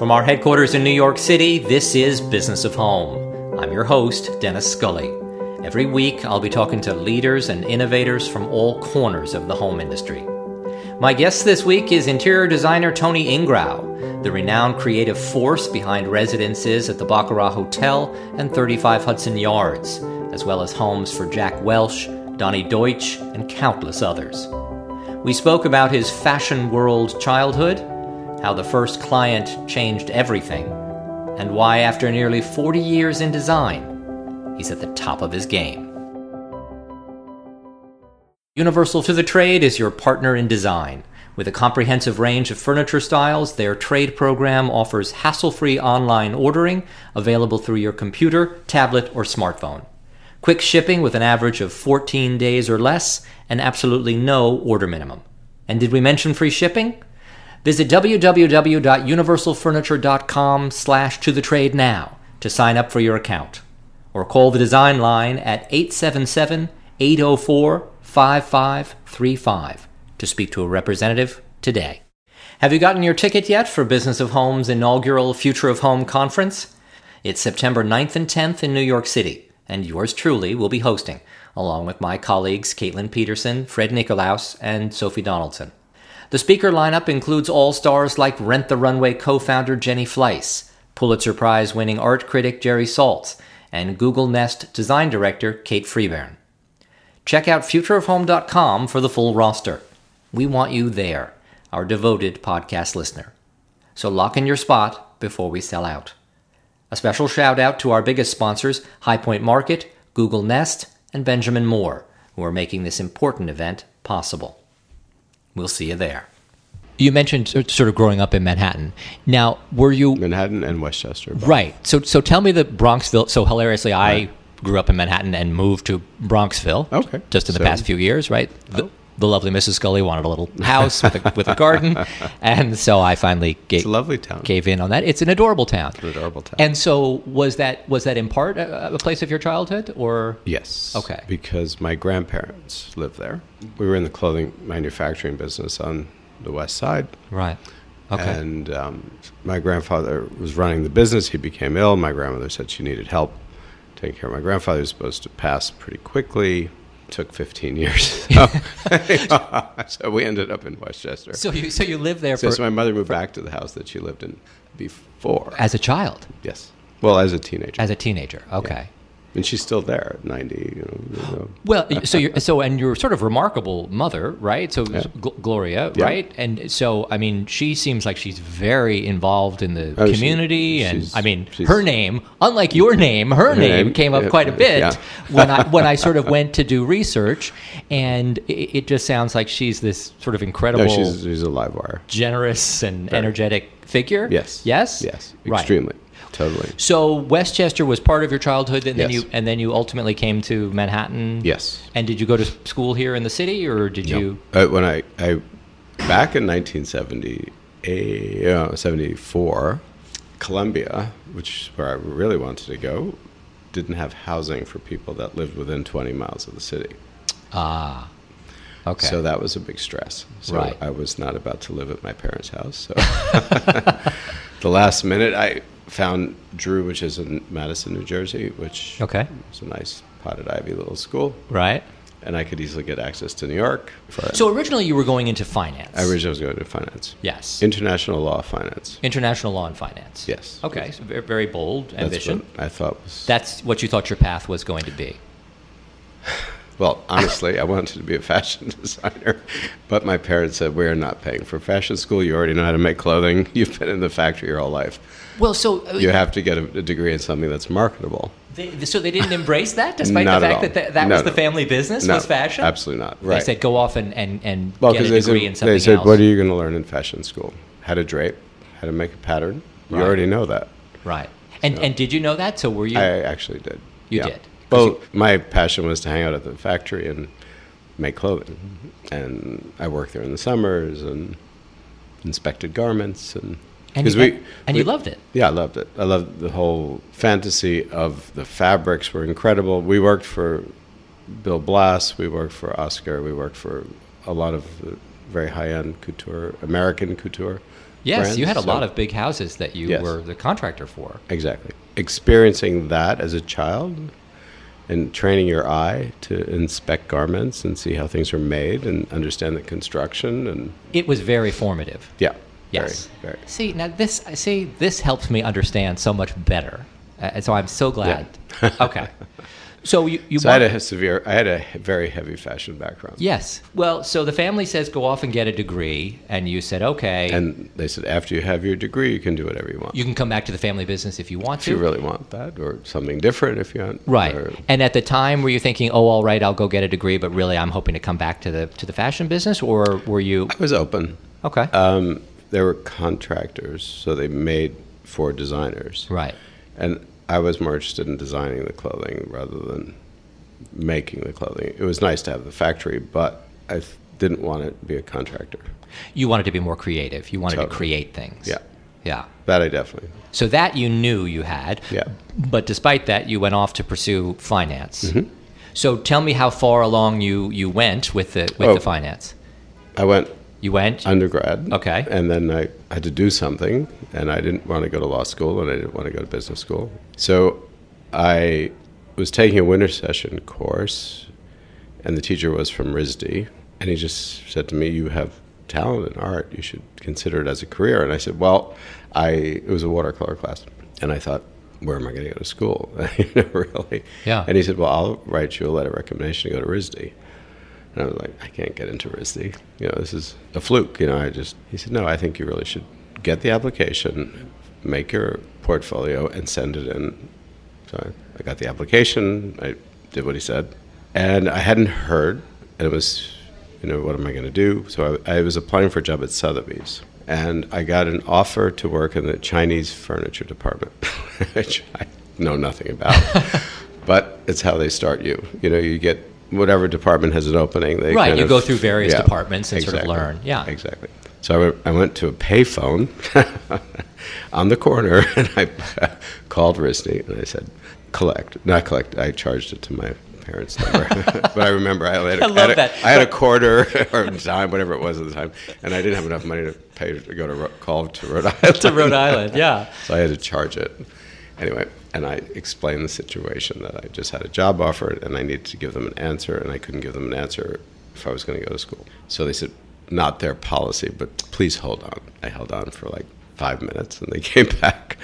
From our headquarters in New York City, this is Business of Home. I'm your host, Dennis Scully. Every week, I'll be talking to leaders and innovators from all corners of the home industry. My guest this week is interior designer Tony Ingrau, the renowned creative force behind residences at the Baccarat Hotel and 35 Hudson Yards, as well as homes for Jack Welch, Donnie Deutsch, and countless others. We spoke about his fashion world childhood, how the first client changed everything, and why, after nearly 40 years in design, he's at the top of his game. Universal to the Trade is your partner in design. With a comprehensive range of furniture styles, their trade program offers hassle free online ordering available through your computer, tablet, or smartphone. Quick shipping with an average of 14 days or less, and absolutely no order minimum. And did we mention free shipping? Visit www.universalfurniture.com slash to the trade now to sign up for your account. Or call the design line at 877-804-5535 to speak to a representative today. Have you gotten your ticket yet for Business of Home's inaugural Future of Home conference? It's September 9th and 10th in New York City, and yours truly will be hosting, along with my colleagues Caitlin Peterson, Fred Nikolaus, and Sophie Donaldson. The speaker lineup includes all stars like Rent the Runway co founder Jenny Fleiss, Pulitzer Prize winning art critic Jerry Saltz, and Google Nest design director Kate Freeburn. Check out futureofhome.com for the full roster. We want you there, our devoted podcast listener. So lock in your spot before we sell out. A special shout out to our biggest sponsors, High Point Market, Google Nest, and Benjamin Moore, who are making this important event possible. We'll see you there. You mentioned sor- sort of growing up in Manhattan. Now, were you Manhattan and Westchester. both. right? So, so tell me the Bronxville. So hilariously, I grew up in Manhattan and moved to Bronxville. Okay. just in the So- Oh. past few years, right? The, the lovely Mrs. Scully wanted a little house with a, with a garden, and so I finally gave, It's a lovely town. gave in on that. It's an adorable town. an adorable town. And so, was that was that in part a, a place of your childhood, or Yes. Okay. Because my grandparents lived there. We were in the clothing manufacturing business on the west side. right? Okay, And um, my grandfather was running the business. He became ill. My grandmother said she needed help taking care of my grandfather. He was supposed to pass pretty quickly. Took 15 years. So, so we ended up in Westchester. So, so you so you lived there for, so my mother moved back to the house that she lived in before. as a child, yes. Well, as a teenager. as a teenager. Okay. and she's still there at 90. You know, you know. Well, so you're, so and your sort of remarkable mother, right? So Gl- Gloria, Yeah. right? And so I mean, she seems like she's very involved in the Oh, she- community, and she's- I mean, she's- her name, unlike your name, her, name, name, came up yeah, quite a bit yeah. when I when I sort of went to do research, and it, it just sounds like she's this sort of incredible, No, she's, she's a live wire. generous and energetic figure. Yes. yes, Yes. Right. Extremely. Totally. So Westchester was part of your childhood, and then Yes. you and then you ultimately came to Manhattan. Yes. And did you go to s- school here in the city, or did you? Uh, when I, I back in 1970, uh, 74, Columbia, which is where I really wanted to go, didn't have housing for people that lived within 20 miles of the city. Ah, okay. So that was a big stress. So Right. I was not about to live at my parents' house. So the last minute, I found Drew, which is in Madison, New Jersey, which Okay. is a nice potted ivy little school, right. and I could easily get access to New York. For So originally you were going into finance. I originally was going to finance, yes. international law finance. International law and finance. Yes. Okay. So ve- very bold That's ambition. what I thought was That's what you thought your path was going to be. Well, honestly, I wanted to be a fashion designer, but my parents said, We're not paying for fashion school. You already know how to make clothing. You've been in the factory your whole life. Well, so uh, You have to get a, a degree in something that's marketable. they, so they didn't embrace that, despite Not the at fact all. that that, that No, was no. the family business was fashion. Absolutely not. They Right. said go off and and and well, get a because they degree said, in something they said else. What are you going to learn in fashion school? How to drape, how to make a pattern. Right. You already know that. right. And and did you know that? So were you? I actually did. You did. 'Cause Well, my passion was to hang out at the factory and make clothing, and I worked there in the summers and inspected garments and and because you, we and we- you loved it. Yeah, I loved it. I loved the whole fantasy of the fabrics were incredible. We worked for Bill Blass, we worked for Oscar, we worked for a lot of the very high end couture, American couture Yes, you had a brands, lot so- of big houses that you Yes. were the contractor for. Exactly. Experiencing that as a child and training your eye to inspect garments and see how things are made and understand the construction and It was very formative. yeah. Yes. Very, very. See now this see this helps me understand so much better, uh, and so I'm so glad. okay. So you you So I want- had a severe I had a very heavy fashion background. yes. Well, so the family says go off and get a degree, and you said okay, And they said after you have your degree you can do whatever you want. you can come back to the family business if you want if to. you really want that or something different if you want Right. or- And at the time, were you thinking, "Oh, all right, I'll go get a degree," but really, I'm hoping to come back to the to the fashion business, or were you I was open. okay? Um, there were contractors, so they made for designers. right. And I was more interested in designing the clothing rather than making the clothing. It was nice to have the factory, but I th- didn't want to be a contractor. You wanted to be more creative. You wanted to Totally. create things. Yeah. Yeah. That I definitely. So that you knew you had. Yeah. But despite that, you went off to pursue finance. Mm-hmm. So tell me how far along you you went with the with Oh. the finance. I went You went. undergrad. Okay. And then I had to do something, and I didn't want to go to law school, and I didn't want to go to business school. So I was taking a winter session course, and the teacher was from RISD, and he just said to me, "You have talent in art. You should consider it as a career." And I said, "Well, I it was a watercolor class, and I thought." Where am I going to go to school? you know, really? Yeah. And he said, "Well, I'll write you a letter of recommendation to go to RISD." And I was like, I can't get into RISD. You know, this is a fluke. You know, I just, he said, no, I think you really should get the application, make your portfolio, and send it in. So I, I got the application, I did what he said. And I hadn't heard, and it was, you know, what am I going to do? So I, I was applying for a job at Sotheby's. And I got an offer to work in the Chinese furniture department, which I know nothing about. but it's how they start you. You know, you get whatever department has an opening. They Right, kind you of- go through various departments and sort of learn. Yeah. exactly. So I went, I went to a payphone on the corner, and I called Risney and I said, "Collect, not collect." I charged it to my parents' number, but I remember I had, a- I love had a- that. I had a quarter or dime, whatever it was at the time, and I didn't have enough money to pay to go to Ro- call to Rhode Island. to Rhode Island, yeah. So I had to charge it. Anyway, and I explained the situation that I just had a job offer and I needed to give them an answer, and I couldn't give them an answer if I was going to go to school. So they said, not their policy, but please hold on. I held on for like five minutes and they came back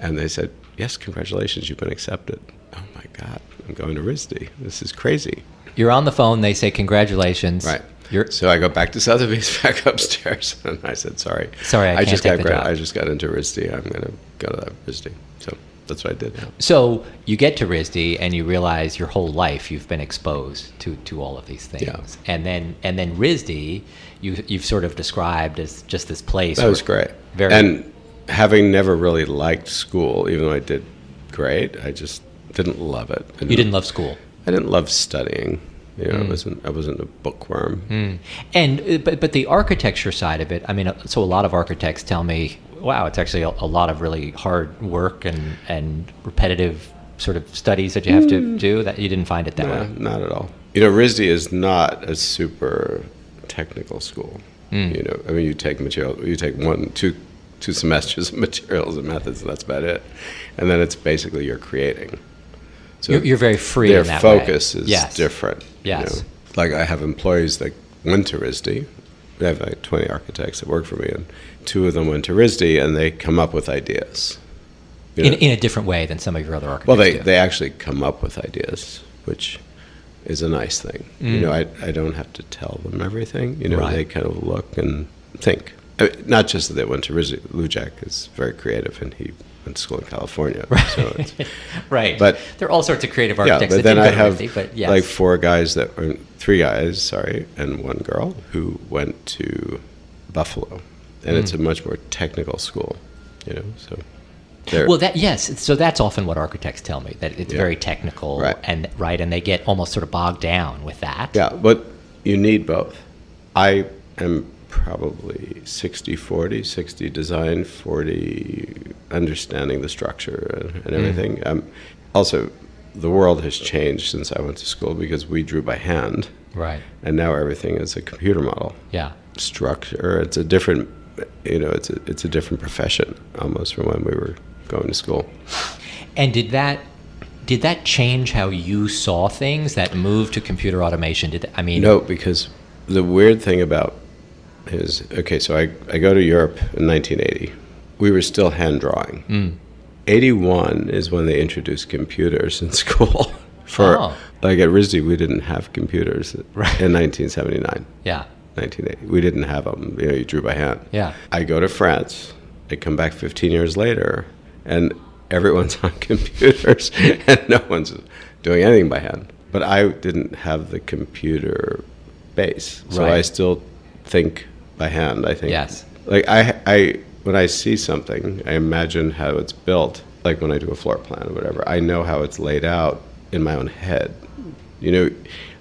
and they said, yes, congratulations, you've been accepted. Oh my God, I'm going to RISD. This is crazy. You're on the phone. They say congratulations. Right. You're so I go back to Sotheby's, back upstairs, and I said, "Sorry, Sorry, I can't just take got the gra- job." I just got into RISD. I'm going to go to that RISD." So that's what I did. so you get to RISD and you realize your whole life you've been exposed to to all of these things. Yeah. And then and then RISD, you you've sort of described as just this place. That was where- great. Very- And having never really liked school, even though I did great, I just didn't love it. I You didn't Hmm. love school. I didn't love studying. You know, I wasn't. I wasn't a bookworm. Hmm. And uh, but but the architecture side of it, I mean, uh, so a lot of architects tell me, wow, it's actually a, a lot of really hard work and and repetitive sort of studies that you have to do. That you didn't find it that Yeah, way. not at all. You know, RISD is not a super technical school. Hmm. You know, I mean, you take material, you take one, two, two semesters of materials and methods, and that's about it. And then it's basically you're creating. So You're, you're very free. their in that way. focus is Yes. different. you Yes. know. Like I have employees that went to RISD. I have like 20 architects that work for me, and two of them went to RISD, and they come up with ideas. You In, know, in a different way than some of your other architects. well, they, do. they actually come up with ideas, which is a nice thing. You know, I, I don't have to tell them everything. You know, Mm. Right. they kind of look and think. I mean, not just that they went to RISD. Lujak is very creative, and he went to school in California. So it's, right. but- there are all sorts of creative architects yeah, that but then I didn't go have to RISD, but yes. like four guys that or three guys, sorry, and one girl who went to Buffalo, and Mm. it's a much more technical school, you know. So, they're- Well, that yes. So that's often what architects tell me that it's Yeah. very technical Right. and right, and they get almost sort of bogged down with that. yeah, but you need both. I am probably 60 40 60 design 40 understanding the structure and, Mm. and everything um, also the world has changed since i went to school because we drew by hand Right. and now everything is a computer model Yeah. structure. It's a different you know, it's a, it's a different profession almost from when we were going to school. And did that did that change how you saw things? That move to computer automation? Did I mean? No, because the weird thing about is okay. So I I go to Europe in 1980. We were still hand drawing. Mm. 81 is when they introduced computers in school. For Oh. like at RISD, we didn't have computers Right. in 1979. Yeah. 1980. We didn't have them. You know, you drew by hand. Yeah. I go to France. I come back 15 years later, and everyone's on computers, and no one's doing anything by hand. But I didn't have the computer base, so I Right. still think by hand. I think Yes. Like I, I when I see something, I imagine how it's built. Like when I do a floor plan or whatever, I know how it's laid out in my own head. You know,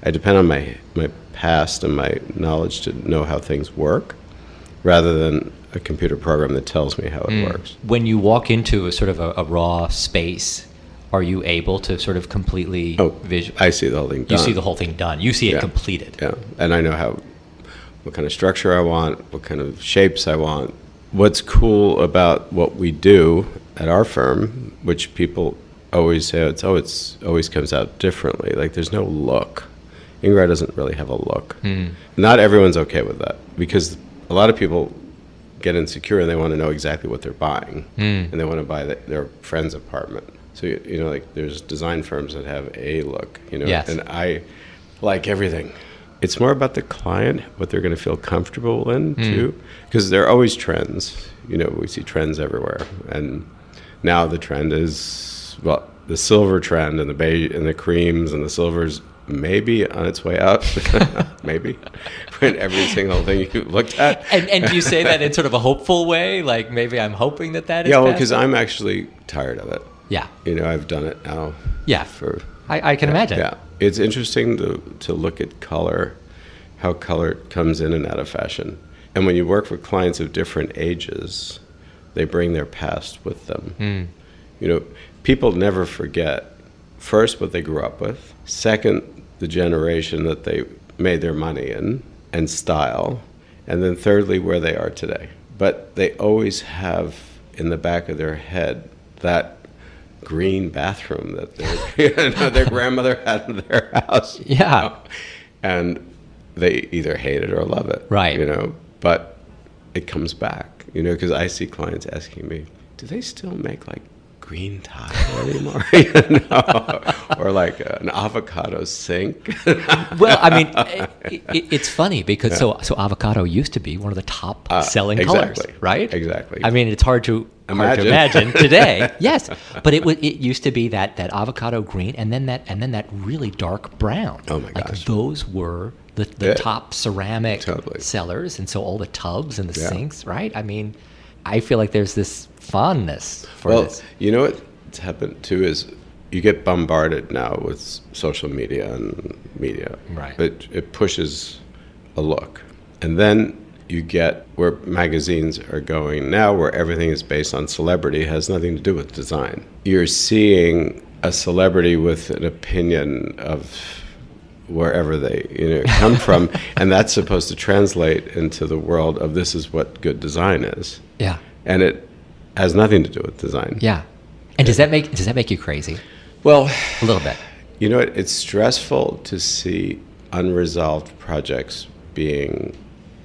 I depend on my my past and my knowledge to know how things work rather than a computer program that tells me how it Mm. works. When you walk into a sort of a, a raw space, are you able to sort of completely Oh, visual? I see the whole thing. You Done. see the whole thing done. You see it Yeah. completed. yeah, and I know how what kind of structure I want, what kind of shapes I want. What's cool about what we do at our firm, which people always say, it's oh, it's always comes out differently. Like there's no look. Ingrad doesn't really have a look. Not everyone's okay with that because a lot of people get insecure and they want to know exactly what they're buying and they want to buy the, their friend's apartment. So you, you know, like there's design firms that have a look, you know, Yes. and I like everything. It's more about the client, what they're going to feel comfortable in too, because there are always trends. You know, we see trends everywhere, and now the trend is well, the silver trend and the beige and the creams and the silvers maybe on its way up, maybe when every single thing you looked at. And, and do you say that in sort of a hopeful way? Like maybe I'm hoping that that is. Yeah, well, past- because I'm actually tired of it. yeah, You know, I've done it now yeah. for I, I can imagine. yeah. It's interesting to to look at color, how color comes in and out of fashion. And when you work with clients of different ages, they bring their past with them. You know, people never forget first what they grew up with, second the generation that they made their money in and style, and then thirdly where they are today. But they always have in the back of their head that green bathroom that their, you know, their grandmother had in their house. you Yeah. know? And they either hate it or love it. Right. You know, but it comes back, you know, because I see clients asking me, do they still make like green tile anymore? you know? Or like an avocado sink? Well, I mean, i i it's funny because so so avocado used to be one of the top selling Uh, exactly. colors, right? Exactly. I mean, it's hard to hard to Imagine. imagine today. yes, but it was it used to be that that avocado green and then that and then that really dark brown. Oh my Like gosh. those were the, the Yeah. top ceramic Totally. sellers, and so all the tubs and the Yeah. sinks, right? I mean, I feel like there's this fondness for well, this. you know what's happened too is you get bombarded now with s- social media and media. Right. It, it pushes a look. And then you get where magazines are going now, where everything is based on celebrity, has nothing to do with design. You're seeing a celebrity with an opinion of wherever they you know come from and that's supposed to translate into the world of this is what good design is Yeah, and it has nothing to do with design yeah. And does that make does that make you crazy? well, A little bit. you know, it, it's stressful to see unresolved projects being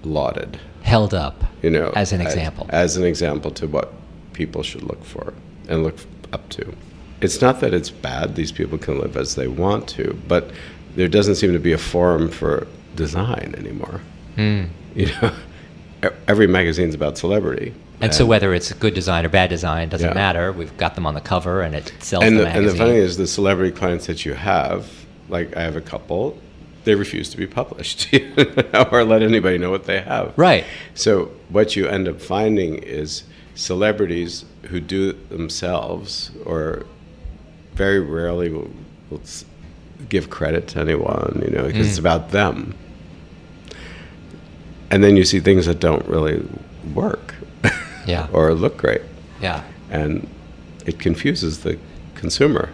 lauded, Held up. you know, As an example. As, an example to what people should look for and look up to. It's not that it's bad, these people can live as they want to, but there doesn't seem to be a forum for design anymore. Hmm. You know, e- every magazine's about celebrity. And so whether it's good design or bad design doesn't Yeah. matter. We've got them on the cover, and it sells and the, the, and magazine. the funny is the celebrity clients that you have like i have a couple they refuse to be published you know, or let anybody know what they have right? so what you end up finding is celebrities who do it themselves or very rarely will, will s- give credit to anyone you know because it's Mm. about them and then you see things that don't really work Yeah. or look great yeah. and it confuses the consumer,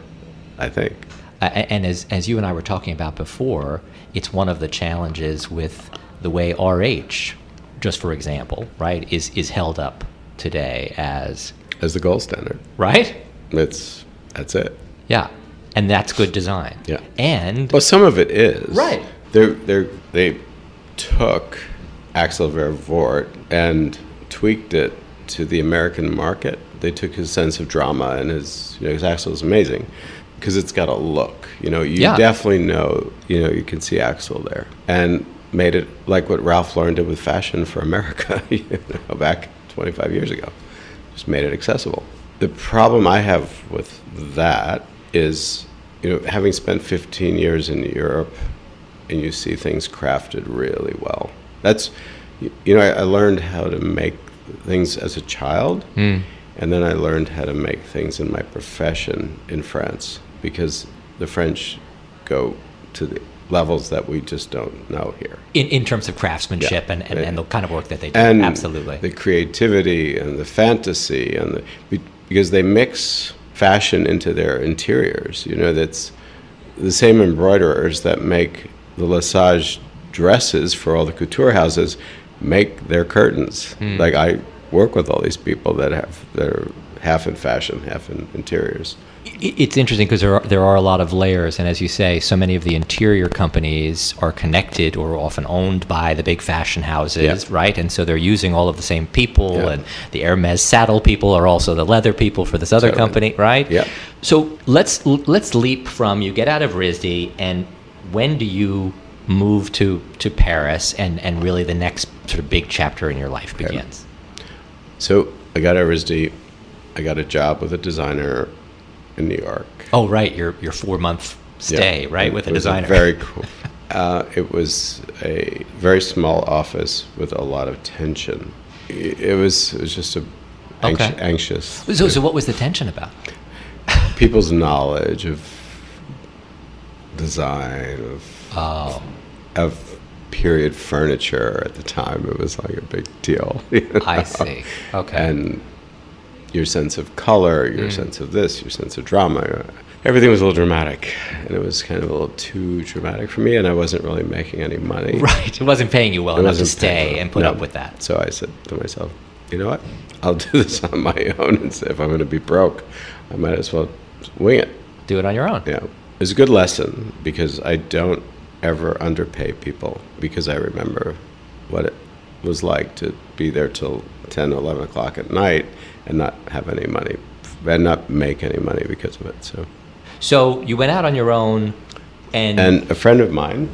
I think. A- a- and as as you and I were talking about before, it's one of the challenges with the way RH just for example, right, is is held up today as as the gold standard. right. It's that's it. Yeah, and that's good design. Yeah. and Well, some of it is Right. They they they took Axel Vervoort and tweaked it to the American market. They took his sense of drama and his you know, because Axel is amazing because it's got a look. You know, you Yeah. definitely know. You know, you can see Axel there and made it like what Ralph Lauren did with fashion for America. You know, back 25 years ago, just made it accessible. The problem I have with that is, you know, having spent 15 years in Europe and you see things crafted really well. That's, y- you know, I, I learned how to make things as a child, and then I learned how to make things in my profession in France because the French go to the levels that we just don't know here. in, in terms of craftsmanship and, and, and the kind of work that they do, absolutely. the creativity and the fantasy and the be- because they mix fashion into their interiors you know that's the same embroiderers that make the lesage dresses for all the couture houses make their curtains like i work with all these people that have that are half in fashion half in interiors I- It's interesting because there are, there are a lot of layers, and as you say, so many of the interior companies are connected or often owned by the big fashion houses, Yeah. right? And so they're using all of the same people, Yeah. and the Hermes saddle people are also the leather people for this other Totally. company, right? Yeah. So let's let's leap from you get out of RISD, and when do you move to to Paris, and and really the next sort of big chapter in your life begins? so i got out of RISD. i got a job with a designer in new york Oh, right, your your four month Yeah. stay, right, with a It was designer. very cool. Uh, it was a very small office with a lot of tension. I- It was it was just a anx- Okay. anxious So, so what was the tension about? people's knowledge of design of Oh, of period furniture at the time. It was like a big deal. you I know? see. Okay. Mm. and your sense of color, your sense of this, your sense of drama. Everything was a little dramatic, and it was kind of a little too dramatic for me, and I wasn't really making any money. right, it wasn't paying you well It enough to wasn't paying stay well. and put No. up with that. So I said to myself, you know what? I'll do this on my own, and say, if I'm going to be broke, I might as well wing it. Do it on your own. Yeah. It was a good lesson because I don't ever underpay people because I remember what it was like to be there till 10, 11 o'clock at night and not have any money and not make any money because of it. So, So you went out on your own, and, and a friend of mine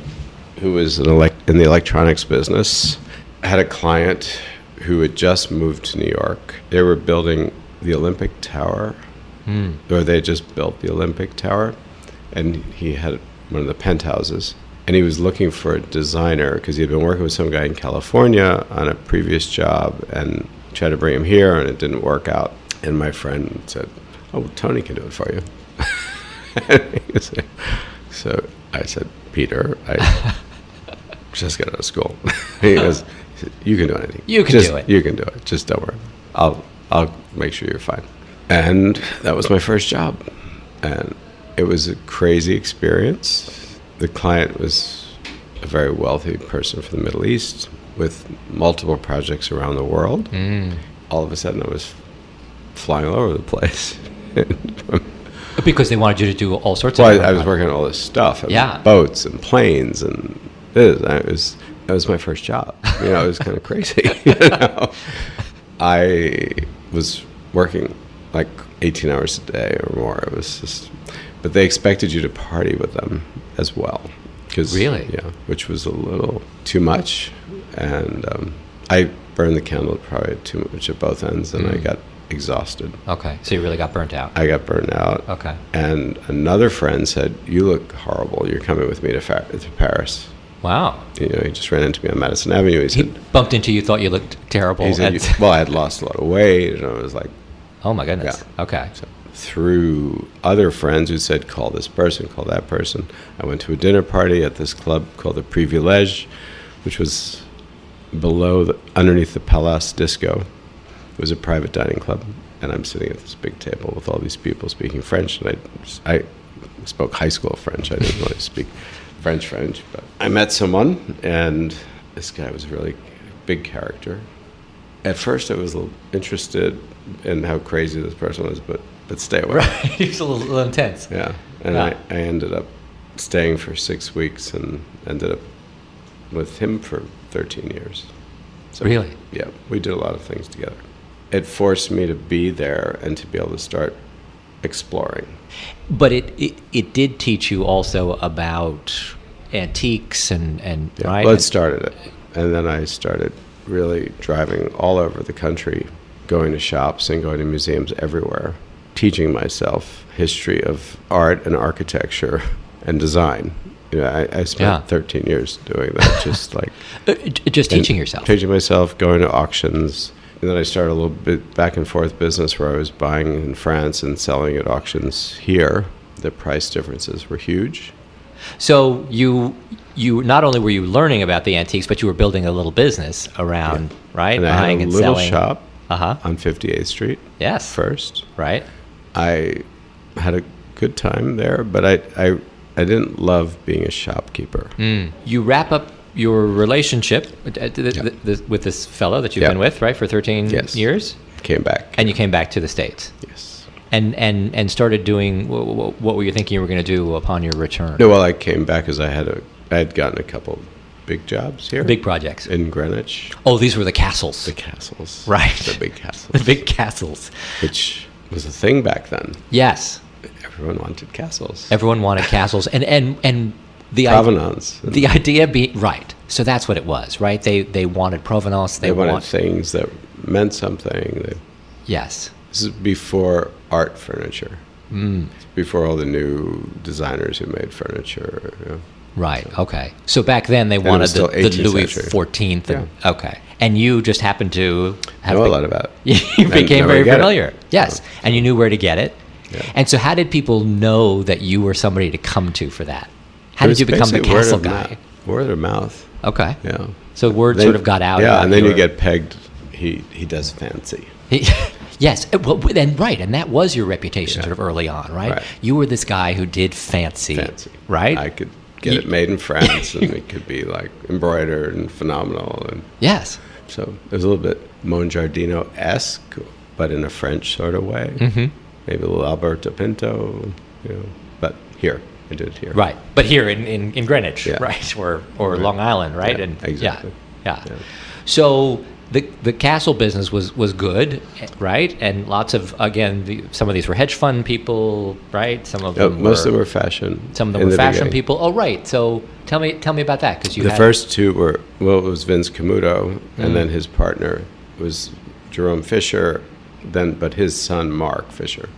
who was an elec- in the electronics business had a client who had just moved to New York. They were building the Olympic Tower or they just built the Olympic Tower, and he had one of the penthouses, and he was looking for a designer because he had been working with some guy in California on a previous job, and tried to bring him here, and it didn't work out. And my friend said, "Oh, Tony can do it for you." so I said, "Peter, I just got out of school." he goes, "You can do anything. You can Just- do it." You can do it. Just don't worry. I'll I'll make sure you're fine." And that was my first job, and it was a crazy experience. The client was a very wealthy person from the Middle East with multiple projects around the world. Mm. All of a sudden, I was flying all over the place. because they wanted you to do all sorts of. Well, I, I different was projects. working on all this stuff, and Yeah. boats and planes and this. I was that was my first job. You know, it was kind of crazy. you know? I was working like 18 hours a day or more. It was just, but they expected you to party with them as well. 'cause- Really? Yeah, which was a little too much, and um, I burned the candle probably too much at both ends, and I Mm. got exhausted. Okay, so you really got burnt out. I got burned out. Okay. And another friend said, "You look horrible. You're coming with me to, fa- to Paris." Wow. You know, he just ran into me on Madison Avenue. He He said, bumped into you, thought you looked terrible. he said and- you- "Well, I had lost a lot of weight, and I was like, oh my goodness. Yeah. Okay. so through other friends who said, call this person, call that person. I went to a dinner party at this club called the Privilege, which was below, the, underneath the Palace Disco. It was a private dining club, and I'm sitting at this big table with all these people speaking French, and I, I spoke high school French. I didn't really speak French French, but I met someone, and this guy was really big character. At first, I was a little interested in how crazy this person was, but but stay away. he was a little, little intense. Yeah, and Yeah. I, I ended up staying for six weeks and ended up with him for 13 years. So, Really? Yeah, we did a lot of things together. It forced me to be there and to be able to start exploring. But it, it it did teach you also about antiques and and Yeah, right. Well, it started it. And then I started really driving all over the country, going to shops and going to museums everywhere, teaching myself history of art and architecture and design. You know, I, I spent Yeah. 13 years doing that, just like Uh, j- just teaching yourself. teaching myself, going to auctions. And then I started a little bit back and forth business where I was buying in France and selling at auctions here. The price differences were huge. So you you not only were you learning about the antiques, but you were building a little business around right And I had a little shop Uh huh. on 58th Street Yes. first. Right. I had a good time there, but I I, I didn't love being a shopkeeper. Mm. You wrap up your relationship with- uh, th- th- th- with this fellow that you've Yeah. been with right for 13 Yes. years, Came back. and you came back to the states yes. and and and started doing wh- wh- what were you thinking you were going to do upon your return? No, well, I came back because I had a I had gotten a couple big jobs here Big projects. in Greenwich, Oh, these were the castles. the castles, Right. The big castles, the big castles. which was a thing back then. Yes, Everyone wanted castles, everyone wanted castles, and and and the i- provenance. and the idea be right. So that's what it was, right? They they wanted provenance. They, they wanted want- things that meant something. They, yes, This is before art furniture. Mm. It's Before all the new designers who made furniture. You know. right, okay. So back then they wanted was the, still the 18th Louis century. Fourteenth. Okay, and you just happened to have know a the- lot about. you And became now I very get it. Oh. familiar. Yes, and you knew where to get it. Yeah. And so, how did people know that you were somebody to come to for that? How did It was you become the basically word castle of guy? mouth- Word of mouth. Okay. Yeah. So word Then- sort of got out. Yeah, about and then you your- get pegged. He he does fancy. He- yes, uh, well, w- and right, and that was your reputation sort of early on, right? Right. You were this guy who did fancy, Fancy. right? I could get You- it made in France, and it could be like embroidered and phenomenal, and yes, so it was a little bit Monjardino esque, but in a French sort of way. Mm-hmm. Maybe a little Alberto Pinto, you know. But here, I did it here. right. But here in, in, in Greenwich, Yeah. right, or or Right. Long Island, right? Yeah, and exactly. yeah, yeah. Yeah. So the the castle business was was good, eh, right? And lots of again, the, some of these were hedge fund people, right? Some of Uh, them, most of were, them were fashion. some of them in were the fashion beginning. people. Oh, right. So tell me tell me about that because you The had, first two were well, it was Vince Camuto, and then his partner was Jerome Fisher, then but his son Mark Fisher,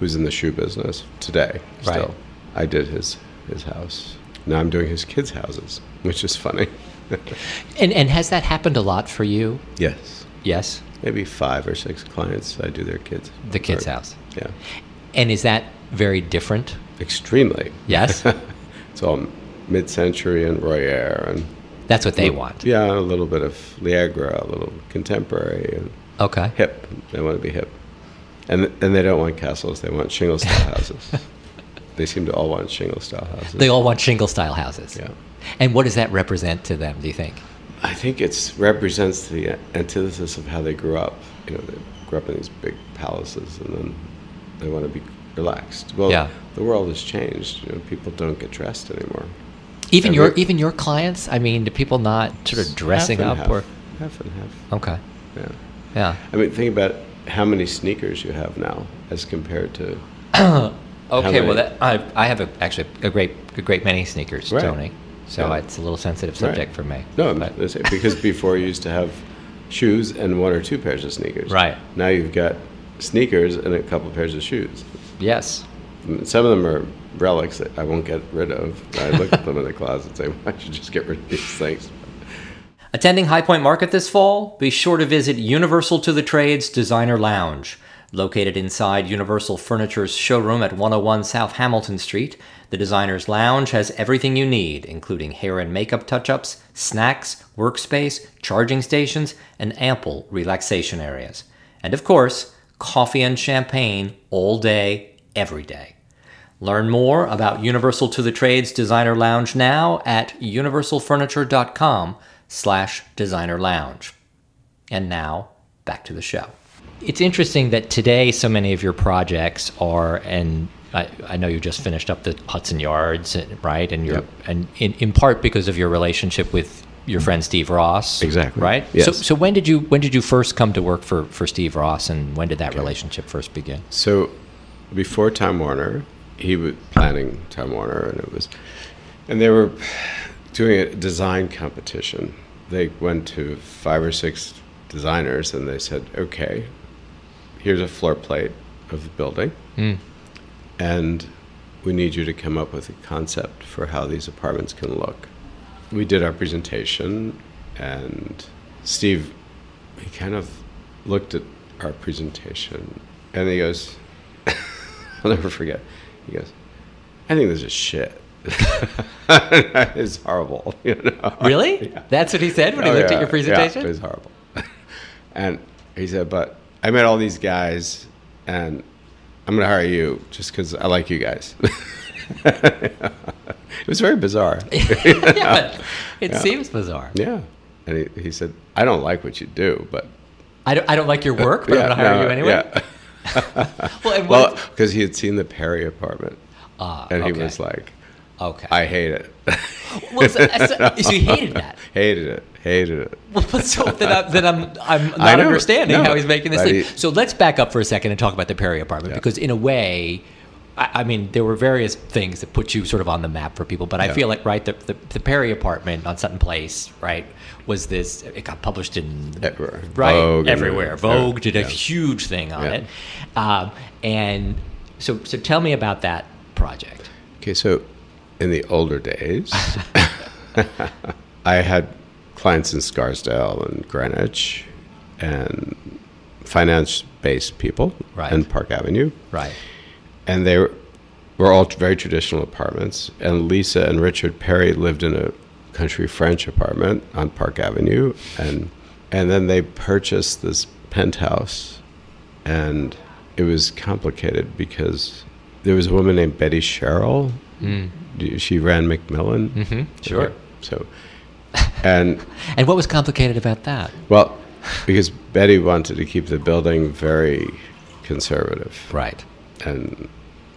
who's in the shoe business today. Right. Still, I did his his house. Now I'm doing his kids' houses, which is funny. and and has that happened a lot for you? Yes, Yes, maybe five or six clients I do their kids. the kids' work. house. Yeah, And is that very different? extremely. Yes, It's all mid-century and Royer and that's what they want. yeah, a little bit of Liagra, a little contemporary and. Okay. hip. They want to be hip, and and they don't want castles. They want shingle style houses. They seem to all want shingle style houses. They all want shingle style houses. yeah, And what does that represent to them? Do you think? I think it represents the antithesis of how they grew up. You know, they grew up in these big palaces, and then they want to be relaxed. Well, Yeah. the world has changed. You know, people don't get dressed anymore. Even And your we're- even your clients. I mean, do people not sort of dressing Half up and half. or? half and half. Okay. Yeah, Yeah. I mean, think about how many sneakers you have now as compared to Okay. Well, many? that I I have a, actually a great a great many sneakers, Right. Tony. So Yeah. it's a little sensitive Right. subject for me. No, I'm but- gonna say, because before you used to have shoes and one or two pairs of sneakers. Right. Now you've got sneakers and a couple pairs of shoes. yes. And Some of them are relics that I won't get rid of. I look at them in the closet and say, why don't you just get rid of these things? Attending High Point Market this fall? Be sure to visit Universal to the Trades Designer Lounge. Located inside Universal Furniture's showroom at 101 South Hamilton Street, the Designer's Lounge has everything you need, including hair and makeup touch ups, snacks, workspace, charging stations, and ample relaxation areas. And of course, coffee and champagne all day, every day. Learn more about Universal to the Trades Designer Lounge now at universalfurniture.com slash designer lounge. And now back to the show. It's interesting that today so many of your projects are, and I, I know you just finished up the Hudson Yards, right? And you're, Yep. and in, in part because of your relationship with your friend Steve Ross, Exactly. right? So, Yes. so when did you when did you first come to work for for Steve Ross, and when did that relationship first begin? So before Time Warner, he was planning Time Warner, and it was, and they were doing a design competition. They went to five or six designers, and they said, "Okay, here's a floor plate of the building, and we need you to come up with a concept for how these apartments can look." We did our presentation, and Steve he kind of looked at our presentation and he goes, I'll never forget. He goes, I think this is shit. it's horrible, you know. Really? That's what he said when he Oh, looked yeah, at your yeah, presentation. it was horrible. and he said, but I met all these guys and I'm going to hire you just because I like you guys. it was very bizarre. yeah, but it seems bizarre. yeah. And he, he said, I don't like what you do, but I don't, I don't like your work, but I'm going yeah, to hire no, you anyway. yeah. Well, and Well, what- because he had seen the Perry apartment, Ah, and he okay. was like, okay. "I hate it, well, so, so, so you hated that. hated it, hated it." Well, but so then, I, then I'm, I'm I not know, understanding no, how he's making this but thing. he- so let's back up for a second and talk about the Perry apartment because, in a way, I, I mean, there were various things that put you sort of on the map for people, but I Yeah. feel like, right, the, the, the Perry apartment on Sutton Place, right, was this, it got published in Everywhere. right Vogue and- everywhere. Vogue did a yeah. huge thing on Yeah. it. Um, and so, so tell me about that project. Okay, so in the older days, I had clients in Scarsdale and Greenwich, and finance-based people, Right. and Park Avenue, Right. and they were were all very traditional apartments. And Lisa and Richard Perry lived in a country French apartment on Park Avenue, and and then they purchased this penthouse, and it was complicated because there was a woman named Betty Sherrill. Do- She ran Macmillan. Mm-hmm, sure. So, and And what was complicated about that? well, because Betty wanted to keep the building very conservative, Right. and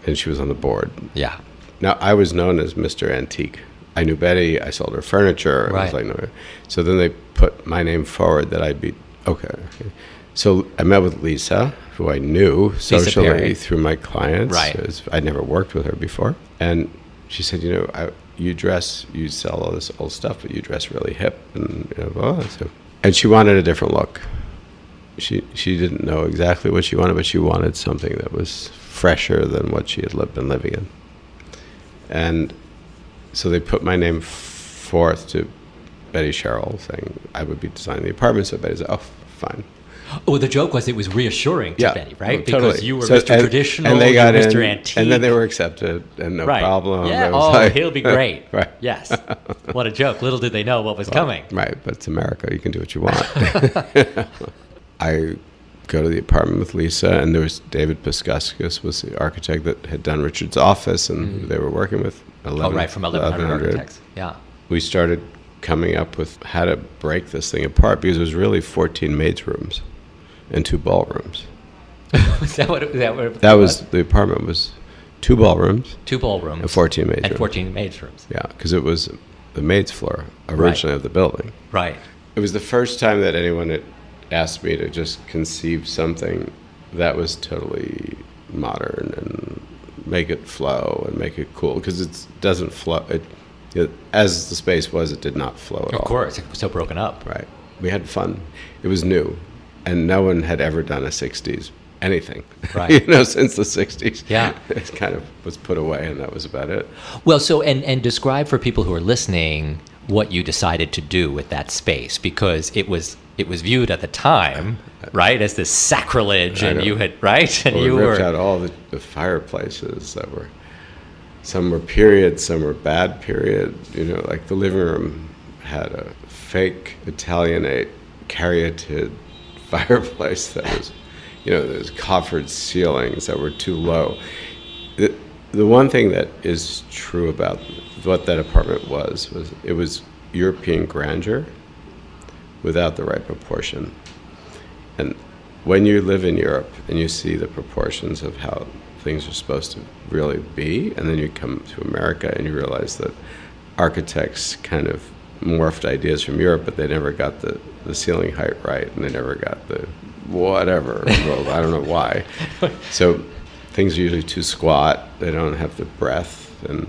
and she was on the board. Yeah. Now I was known as Mr. Antique. I knew Betty. I sold her furniture. I was Right. like, no. So then they put my name forward that I'd be okay. okay. So I met with Lisa, who I knew socially Perry. through my clients. Right. It was- I'd never worked with her before, and she said, you know, I, you dress, you sell all this old stuff, but you dress really hip, and you know, blah, blah. so. And she wanted a different look. She she didn't know exactly what she wanted, but she wanted something that was fresher than what she had lived, been living in and so they put my name forth to Betty Sherrill, saying I would be designing the apartment. So Betty said, "Oh, fine." Well, the joke was it was reassuring to Yeah, Betty, right? Oh, because totally. you were So- Mr. Traditional, and they you got were in, Mr. Antique. and then they were accepted, and no right. problem. Yeah. It was Oh, like- he'll be great. right, Yes. What a joke. Little did they know what was coming. right. But it's America; you can do what you want. I go to the apartment with Lisa, and there was David Piskuskis was the architect that had done Richard's office, and they were working with. 11, Mm-hmm. oh, right. From 1100 architects. Yeah. we started coming up with how to break this thing apart because it was really 14 maids rooms and two ballrooms was that what? It, was that what? it that was the apartment was two ballrooms two ballrooms and 14 maids and rooms. 14 maids rooms. yeah because it was the maids floor originally of the building Right. it was the first time that anyone had asked me to just conceive something that was totally modern and make it flow and make it cool because it doesn't flow it, it as the space was it did not flow at Of all course. It was so broken up. Right. We had fun. It was new, and no one had ever done a '60s anything. Right. you know, since the '60s. Yeah. It kind of was put away, and that was about it. Well, so and and describe for people who are listening what you decided to do with that space because it was it was viewed at the time, right, as this sacrilege, I and know. you had right, and Well, you we ripped were out all the, the fireplaces that were. Some were period, some were bad period. You know, like the living room had a fake Italianate caryatid fireplace that was, you know, those coffered ceilings that were too low. The, the one thing that is true about what that apartment was was it was European grandeur without the right proportion. And when you live in Europe and you see the proportions of how things are supposed to really be, and then you come to America and you realize that architects kind of morphed ideas from Europe, but they never got the, the ceiling height right, and they never got the whatever. well, I don't know why. So things are usually too squat. They don't have the breadth, and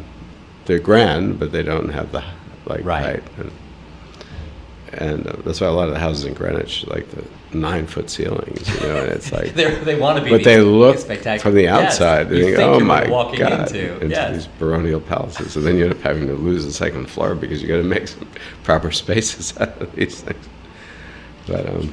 they're grand, but they don't have the like Right. height. And, and uh, that's why a lot of the houses in Greenwich, like the nine foot ceilings, you know, and it's like They're, they want to be. but they these look spectacular- from the Yes, outside. you you think, think oh you're my walking god, into, into yes. these baronial palaces, and then you end up having to lose the second floor because you got to make some proper spaces out of these things. But um,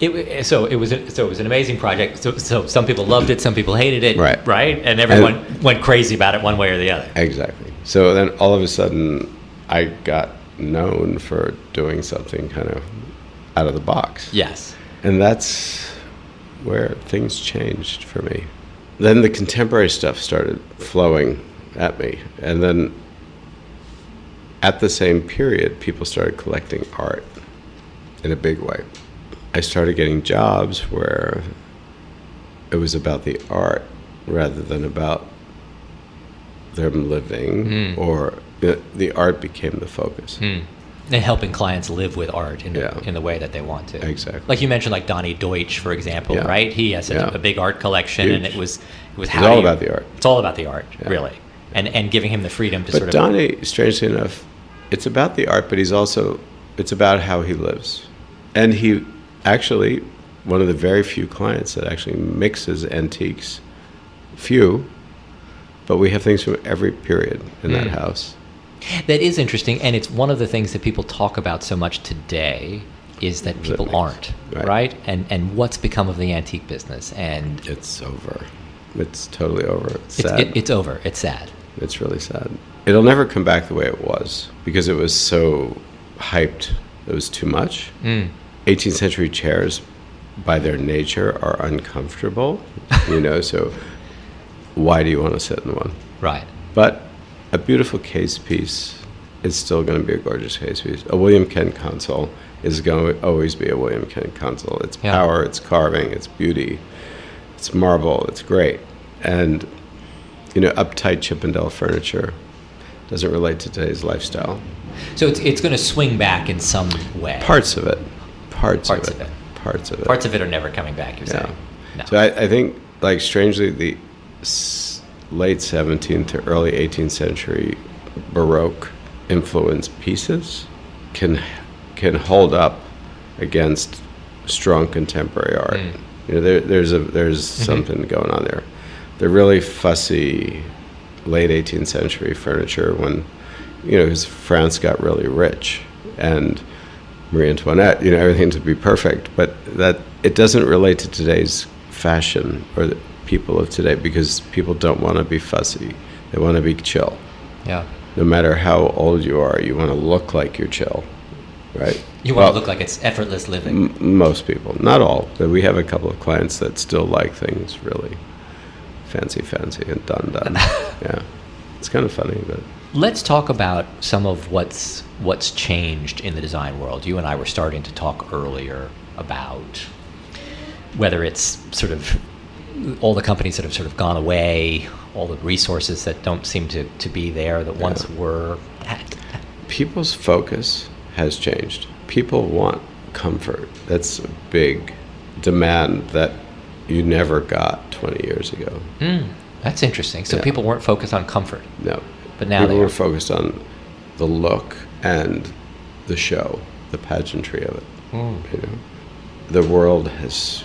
It, wa- so it was a, so it was an amazing project. So, so some people loved it, some people hated it, Right. And everyone went crazy about it one way or the other. exactly. So then all of a sudden, I got known for doing something kind of out of the box. Yes, And that's where things changed for me. Then the contemporary stuff started flowing at me. And then at the same period, people started collecting art in a big way. I started getting jobs where it was about the art rather than about them living, Hmm. or the, the art became the focus. and helping clients live with art in, Yeah. in the way that they want to. Exactly. Like you mentioned, like Donnie Deutsch, for example, Yeah. right? He has such a- Yeah. a big art collection, and Huge. it was it was It's how do all you- about the art. It's all about the art, really, and and giving him the freedom to But sort of Donnie, strangely enough, it's about the art, but he's also it's about how he lives, and he actually one of the very few clients that actually mixes antiques, few, but we have things from every period in Hmm. that house. That is interesting, and it's one of the things that people talk about so much today is that people makes- aren't right. right. And and what's become of the antique business? And It's over. It's totally over. It's it's, sad. it, it's over. It's sad. It's really sad. It'll never come back the way it was because it was so hyped. It was too much. 18th century chairs, by their nature, are uncomfortable. you know, so why do you want to sit in one? Right. But a beautiful case piece is still going to be a gorgeous case piece. A William Kent console is going to always be a William Kent console. Its Yeah. power, its carving, its beauty, its marble, it's great. And, you know, uptight Chippendale furniture doesn't relate to today's lifestyle. So it's it's going to swing back in some way. Parts of it. Parts, Parts of of, it, it. Parts of it. Parts of it are never coming back. You're Yeah. saying. No. So I, I think, like, strangely, the s- late 17th to early 18th century Baroque influenced pieces can can hold up against strong contemporary art. You know, there, there's a there's something going on there. The really fussy late 18th century furniture when you know because France got really rich and Marie Antoinette, you know, everything to be perfect, but that it doesn't relate to today's fashion or the people of today because people don't want to be fussy. They want to be chill. yeah. No matter how old you are, you want to look like you're chill, right? You want Well, to look like it's effortless living. m- most people, not all, but we have a couple of clients that still like things really fancy, fancy, and done, done. yeah, it's kind of funny, but Let's talk about some of what's what's changed in the design world. You and I were starting to talk earlier about whether it's sort of all the companies that have sort of gone away, all the resources that don't seem to, to be there that once were. people's focus has changed. People want comfort. That's a big demand that you never got 20 years ago. That's interesting. So Yeah. people weren't focused on comfort. No. But now people they were are. focused on the look and the show, the pageantry of it. Hmm. You know? The world has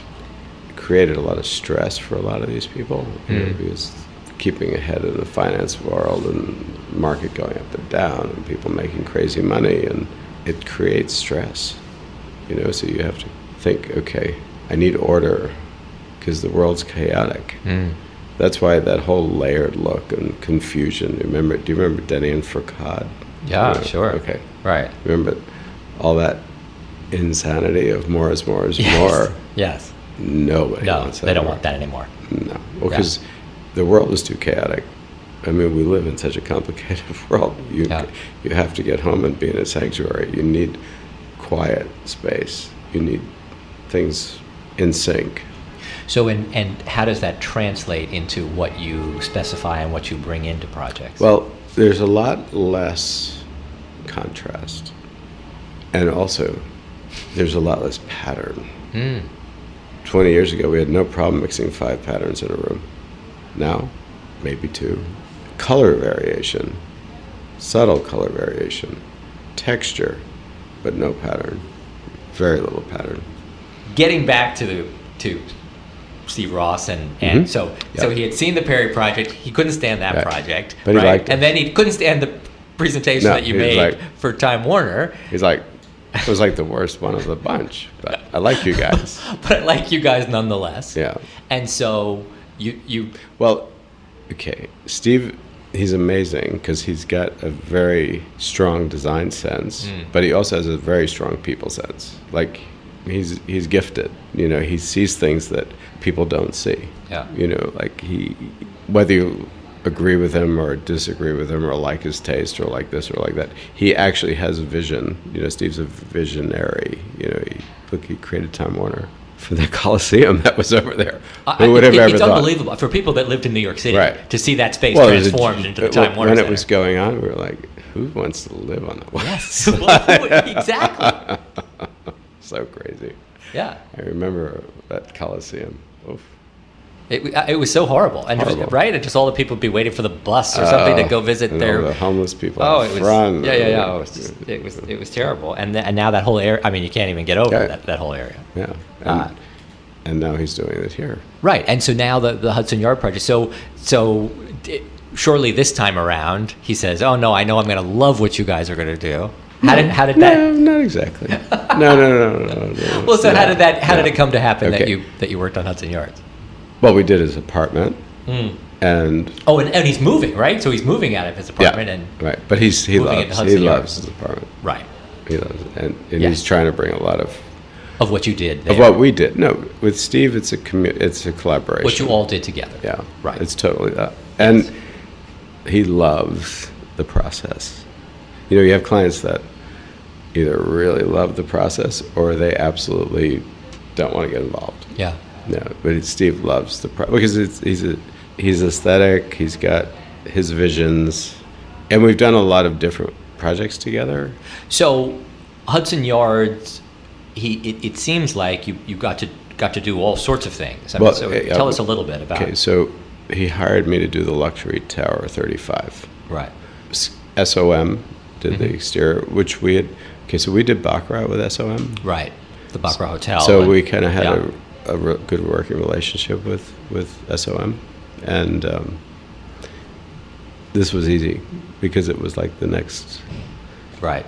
created a lot of stress for a lot of these people you Hmm. know, because keeping ahead in the finance world and market going up and down and people making crazy money and it creates stress you know so you have to think okay i need order because the world's chaotic Hmm. that's why that whole layered look and confusion remember do you remember denny and Furcade? You know, okay Right. remember all that insanity of more is more is more Yes. nobody No, wants that they don't anymore. want that anymore. No, because the world is too chaotic. I mean, we live in such a complicated world. You Yeah. you have to get home and be in a sanctuary. You need quiet space. You need things in sync. So, and, and how does that translate into what you specify and what you bring into projects? Well, there's a lot less contrast, and also there's a lot less pattern. Hmm. 20 years ago, we had no problem mixing five patterns in a room. Now, maybe two. Color variation, subtle color variation, texture, but no pattern. Very little pattern. getting back to the to Steve Ross and and Mhm. so so Yeah. he had seen the Perry project. He couldn't stand that Right. project, But he right? liked it. And then he couldn't stand the presentation No, that you he was made like- for Time Warner. He's like, it was like the worst one of the bunch, but I like you guys. But I like you guys nonetheless. Yeah. And so you you Well, okay. Steve, he's amazing because he's got a very strong design sense, Hmm. but he also has a very strong people sense. Like, he's he's gifted. You know, he sees things that people don't see. Yeah. You know, like he, whether you agree with him or disagree with him or like his taste or like this or like that, he actually has a vision. You know, Steve's a visionary. You know, he, look, he created Time Warner. For the Coliseum that was over there, I- who I would have think ever it's thought? unbelievable for people that lived in New York City Right. to see that space it was a- transformed into the uh, Time Warner When Center. it was going on, we were like, "Who wants to live on the West?" yes. Well, exactly. So crazy. Yeah. I remember that Coliseum. Oof. It, uh, it was so horrible, and it was- Horrible. right, and just all the people would be waiting for the bus or something to Oh, go visit and their all the homeless people. Oh, in it was front. yeah, yeah, yeah. It was, just, it was it was terrible, and th- and now that whole area. I mean, you can't even get over Yeah. that, that whole area. Yeah, and, Ah. and now he's doing it here. Right, and so now the, the Hudson Yard project. So so d surely this time around, he says, "Oh no, I know I'm going to love what you guys are going to do." How did how did No, that? not exactly. No, no, no, no, no. no Well, so how no, did that how did no. it come to happen that Okay. you that you worked on Hudson Yards? Well, we did his apartment, Hmm. and Oh, and, and he's moving, right? So he's moving out of his apartment, yeah, and right. But he's he moving into loves he Hudson Yards. loves his apartment. right He loves it, and, and Yeah. he's trying to bring a lot of of what you did, there, Of what we did. No, with Steve, it's a commu- it's a collaboration. what you all did together. Yeah, Right. It's totally that. And he loves the process. You know, you have clients that either really love the process or they absolutely don't want to get involved. yeah, No, but it's, Steve loves the pro- because it's, he's a, he's aesthetic. He's got his visions, and we've done a lot of different projects together. So Hudson Yards, he it, it seems like you, you got to got to do all sorts of things. I mean, Well, so yeah, tell yeah. us a little bit about Okay, so he hired me to do the luxury tower thirty-five. right. SOM did the Mm-hmm. exterior, which we had. Okay, so we did Baccarat with SOM. Right, the Baccarat Hotel. So and- we kind of had yeah. a, a re- good working relationship with, with SOM. And um, this was easy because it was like the next right.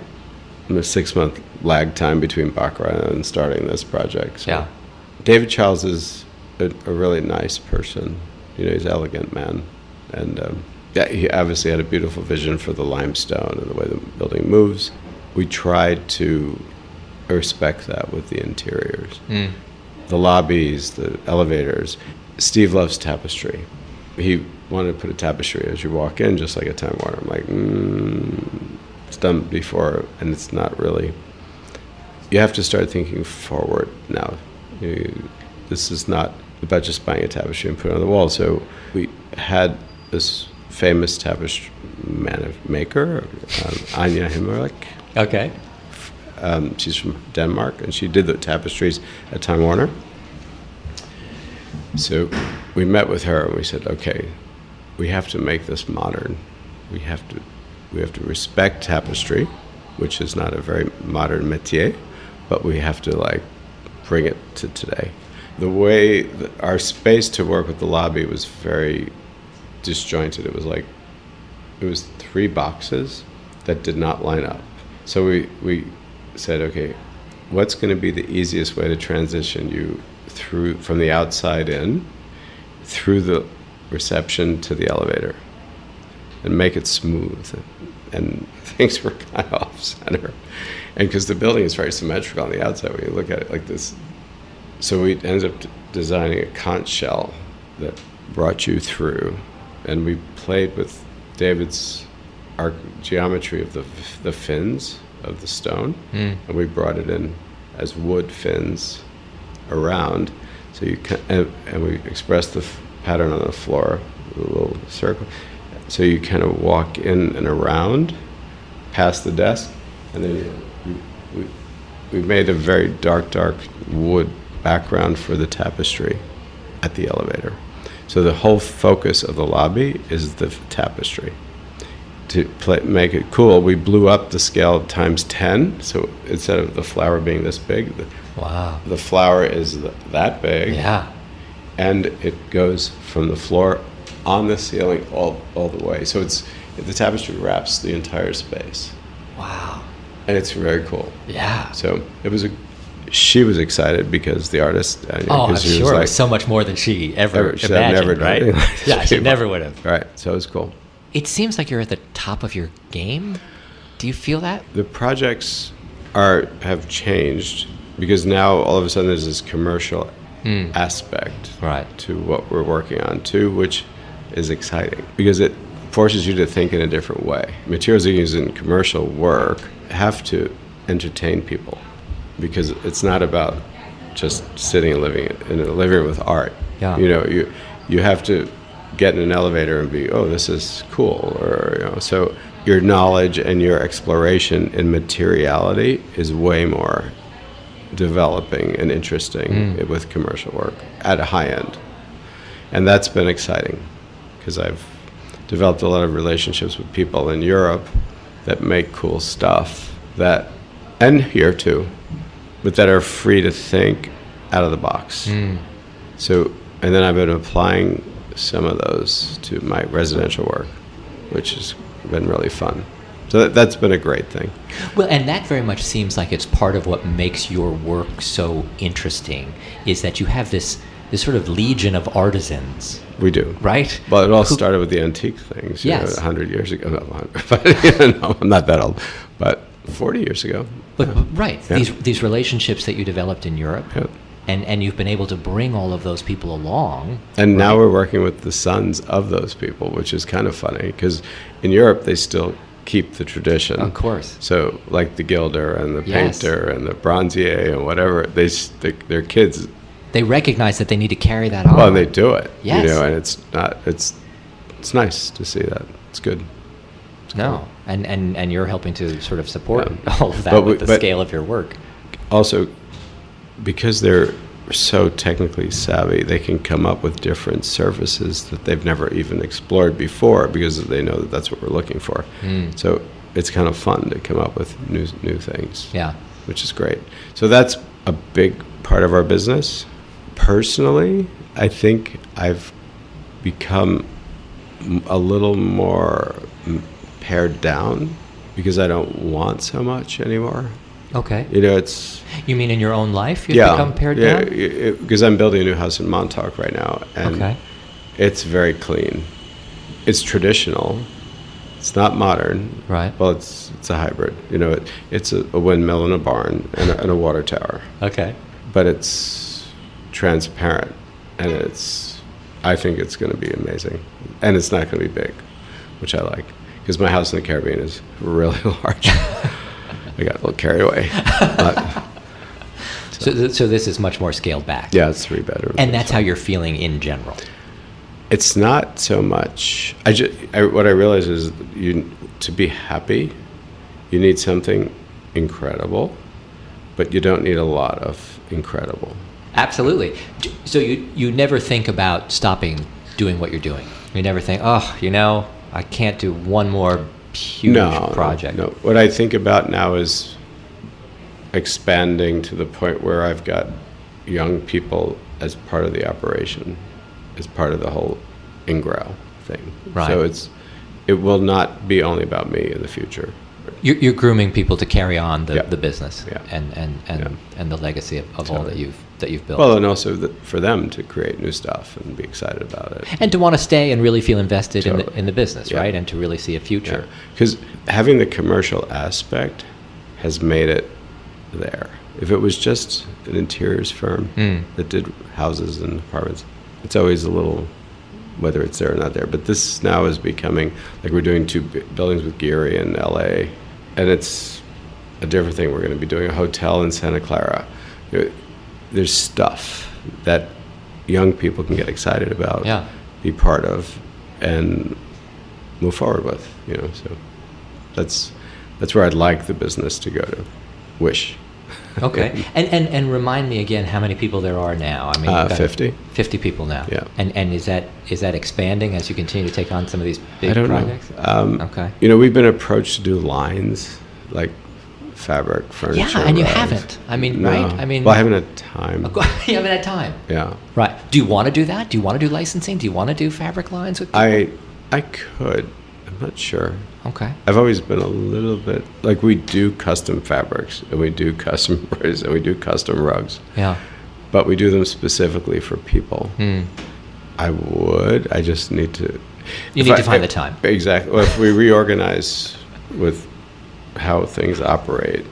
the six month lag time between Baccarat and starting this project. So Yeah. David Childs is a, a really nice person. You know, he's an elegant man, and um, yeah, he obviously had a beautiful vision for the limestone and the way the building moves. We tried to respect that with the interiors, the lobbies, the elevators. Steve loves tapestry. He wanted to put a tapestry as you walk in, just like a Time Warner. I'm like, mm, it's done before, and it's not really you have to start thinking forward now. You, this is not about just buying a tapestry and putting it on the wall. So we had this famous tapestry man- maker, um, Anya Himmerlich. Okay. Um, she's from Denmark, and she did the tapestries at Time Warner. So we met with her, and we said, "Okay, we have to make this modern. We have to, we have to respect tapestry, which is not a very modern métier, but we have to like bring it to today. The way th- our space to work with the lobby was very disjointed. It was like it was three boxes that did not line up. So we we said, okay, what's going to be the easiest way to transition you through from the outside in, through the reception to the elevator, and make it smooth. And things were kind of off center, and because the building is very symmetrical on the outside, when you look at it like this. So we ended up d- designing a conch shell that brought you through, and we played with David's arc geometry of the f- the fins of the stone, and we brought it in as wood fins around. So you can, and, and we expressed the f- pattern on the floor with a little circle. So you kind of walk in and around, past the desk, and then you, we, we made a very dark, dark wood background for the tapestry at the elevator. So the whole focus of the lobby is the f- tapestry to play, make it cool, we blew up the scale times 10. So instead of the flower being this big, the, Wow. the flower is th- that big. Yeah. And it goes from the floor on the ceiling all, all the way. So it's the tapestry wraps the entire space. Wow. And it's very cool. Yeah. So it was a, she was excited because the artist, uh, Oh, I'm 'cause she sure was it like, was so much more than she ever Ever- she'd have never imagined, done right? anything like this yeah, she before. never would have. all right, so it was cool. It seems like you're at the top of your game. Do you feel that? the projects are have changed because now all of a sudden there's this commercial Hmm. aspect Right. to what we're working on too, which is exciting because it forces you to think in a different way. Materials you use in commercial work have to entertain people because it's not about just sitting and living in a living room with art. Yeah. You know, you you have to get in an elevator and be, oh, this is cool, or you know, so your knowledge and your exploration in materiality is way more developing and interesting with commercial work at a high end. And that's been exciting because I've developed a lot of relationships with people in Europe that make cool stuff that, and here too, but that are free to think out of the box. So, and then I've been applying some of those to my residential work, which has been really fun. So that, that's been a great thing. Well, and that very much seems like it's part of what makes your work so interesting is that you have this this sort of legion of artisans, We do. right? Well, it all started with the antique things. You Yes. know, 100 years ago. Not 100, but you know, I'm not that old. But 40 years ago. But, but- right, these these relationships that you developed in Europe, Yeah. and and you've been able to bring all of those people along. And now we're working with the sons of those people, which is kind of funny because in Europe they still keep the tradition. Of course. So, like the gilder and the Yes. painter and the bronzier and whatever, they, s- they their kids, They recognize that they need to carry that on. well, and they do it. Oh. Yes. You know, and it's not, it's, it's nice to see that. It's good. no, and, and and you're helping to sort of support all of that But we- with the but- scale of your work. also because they're so technically savvy they can come up with different services that they've never even explored before because they know that that's what we're looking for so it's kind of fun to come up with new new things Yeah, which is great so that's a big part of our business personally i think i've become m- a little more mm, pared down because i don't want so much anymore okay. you know it's You mean in your own life? You've become pared yeah, down? because I'm building a new house in Montauk right now, and Okay. it's very clean. It's traditional. It's not modern. Right. Well, it's it's a hybrid. You know, it, it's a, a windmill and a barn and a, and a water tower, Okay. but it's transparent, and it's. I think it's going to be amazing, and it's not going to be big, which I like because my house in the Caribbean is really large. I got a little carried away. But, So, th- so this is much more scaled back. yeah, it's three bedrooms. And that's how you're feeling in general. it's not so much i just I, what i realize is you to be happy you need something incredible but you don't need a lot of incredible Absolutely. D- So you, you never think about stopping doing what you're doing. You never think, oh, you know, I can't do one more huge no project. no what i think about now is expanding to the point where i've got young people as part of the operation as part of the whole ingrow thing Right. so it's it will not be only about me in the future You're, you're grooming people to carry on the, Yeah. the business Yeah. and, and, and, Yeah. and the legacy of, of all that you've, that you've built. Well, and also th for them to create new stuff and be excited about it. and to want to stay and really feel invested in, the, Totally. in the business, Yeah. right? And to really see a future. Because having the commercial aspect has made it there. If it was just an interiors firm that did houses and apartments, it's always a little whether it's there or not there. But this now is becoming like we're doing two bu- buildings with Geary in LA, and it's a different thing. We're going to be doing a hotel in Santa Clara. There- There's stuff that young people can get excited about, Yeah. be part of, and move forward with. You know, so that's that's where I'd like the business to go to. Wish Okay. and, and and remind me again how many people there are now. I mean, uh, you've got fifty. 50 people now. Yeah. And and is that is that expanding as you continue to take on some of these big I don't projects? know. Um, Okay. You know, we've been approached to do lines like fabric furniture. Yeah, and you rugs. haven't. I mean, right? I mean- well, I haven't had time. you haven't had time. Yeah, Right. Do you want to do that? Do you want to do licensing? Do you want to do fabric lines with people? I, I could. I'm not sure. okay. I've always been a little bit like we do custom fabrics and we do custom braids and we do custom rugs, Yeah. but we do them specifically for people. Hmm. I would. I just need to. You if need I- to find if- the time. Exactly. Well, if we reorganize with how things operate,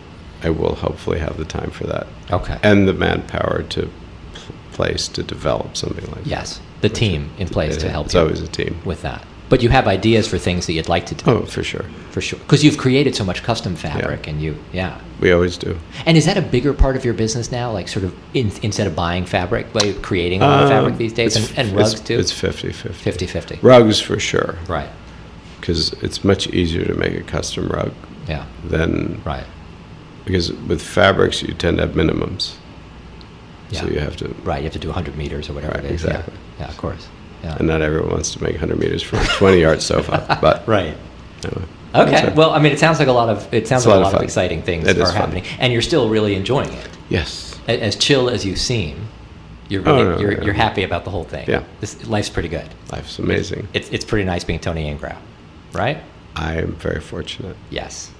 I will hopefully have the time for that Okay. and the manpower to pl- place to develop something like yes. The team in that. place to help It's you always a team. with that. But you have ideas for things that you'd like to do Oh, for sure. for sure. Because you've created so much custom fabric and you, yeah. We always do. And is that a bigger part of your business now? Like, sort of in, instead of buying fabric, like creating a lot of fabric Um, these days it's- and, and it's- rugs too? It's 50 50. 50 50. Rugs for sure, Right. because it's much easier to make a custom rug Yeah. than Right. because with fabrics you tend to have minimums, Yeah. so you have to right. You have to do 100 meters or whatever Right, it is. exactly. Yeah. yeah, of course. Yeah. And not everyone wants to make 100 meters for a 20 yard sofa, but right. anyway. That's Okay. it. Well, I mean, it sounds like a lot of it sounds It's a like a lot of lot of, fun. exciting things It are is fun. happening, and you're still really enjoying it. yes, A- As chill as you seem, you're Oh, really, no, you're, yeah. you're happy about the whole thing. Yeah. This, life's pretty good. life's amazing. It's it's pretty nice being Tony Ingrao, right? I am very fortunate. Yes.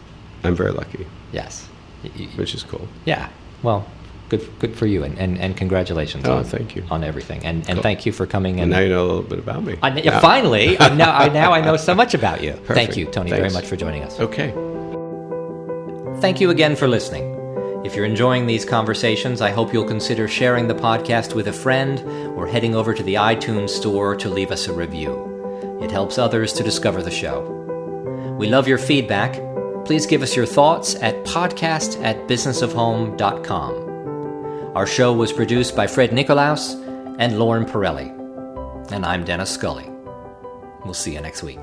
I'm very lucky, Yes. Y- y- which is cool. Yeah. Well, good good for you, and and, and congratulations. Oh, on, thank you. on everything, and and Cool. thank you for coming. And And now you know a little bit about me. I, yeah, Now- finally, I know I now I know so much about you. Thank Perfect. you, Tony, very Thanks. much for joining us. Okay. Thank you again for listening. If you're enjoying these conversations, I hope you'll consider sharing the podcast with a friend or heading over to the iTunes store to leave us a review. It helps others to discover the show. We love your feedback. Please give us your thoughts at podcast at businessofhome.com. Our show was produced by Fred Nicolaus and Lauren Pirelli. And I'm Dennis Scully. We'll see you next week.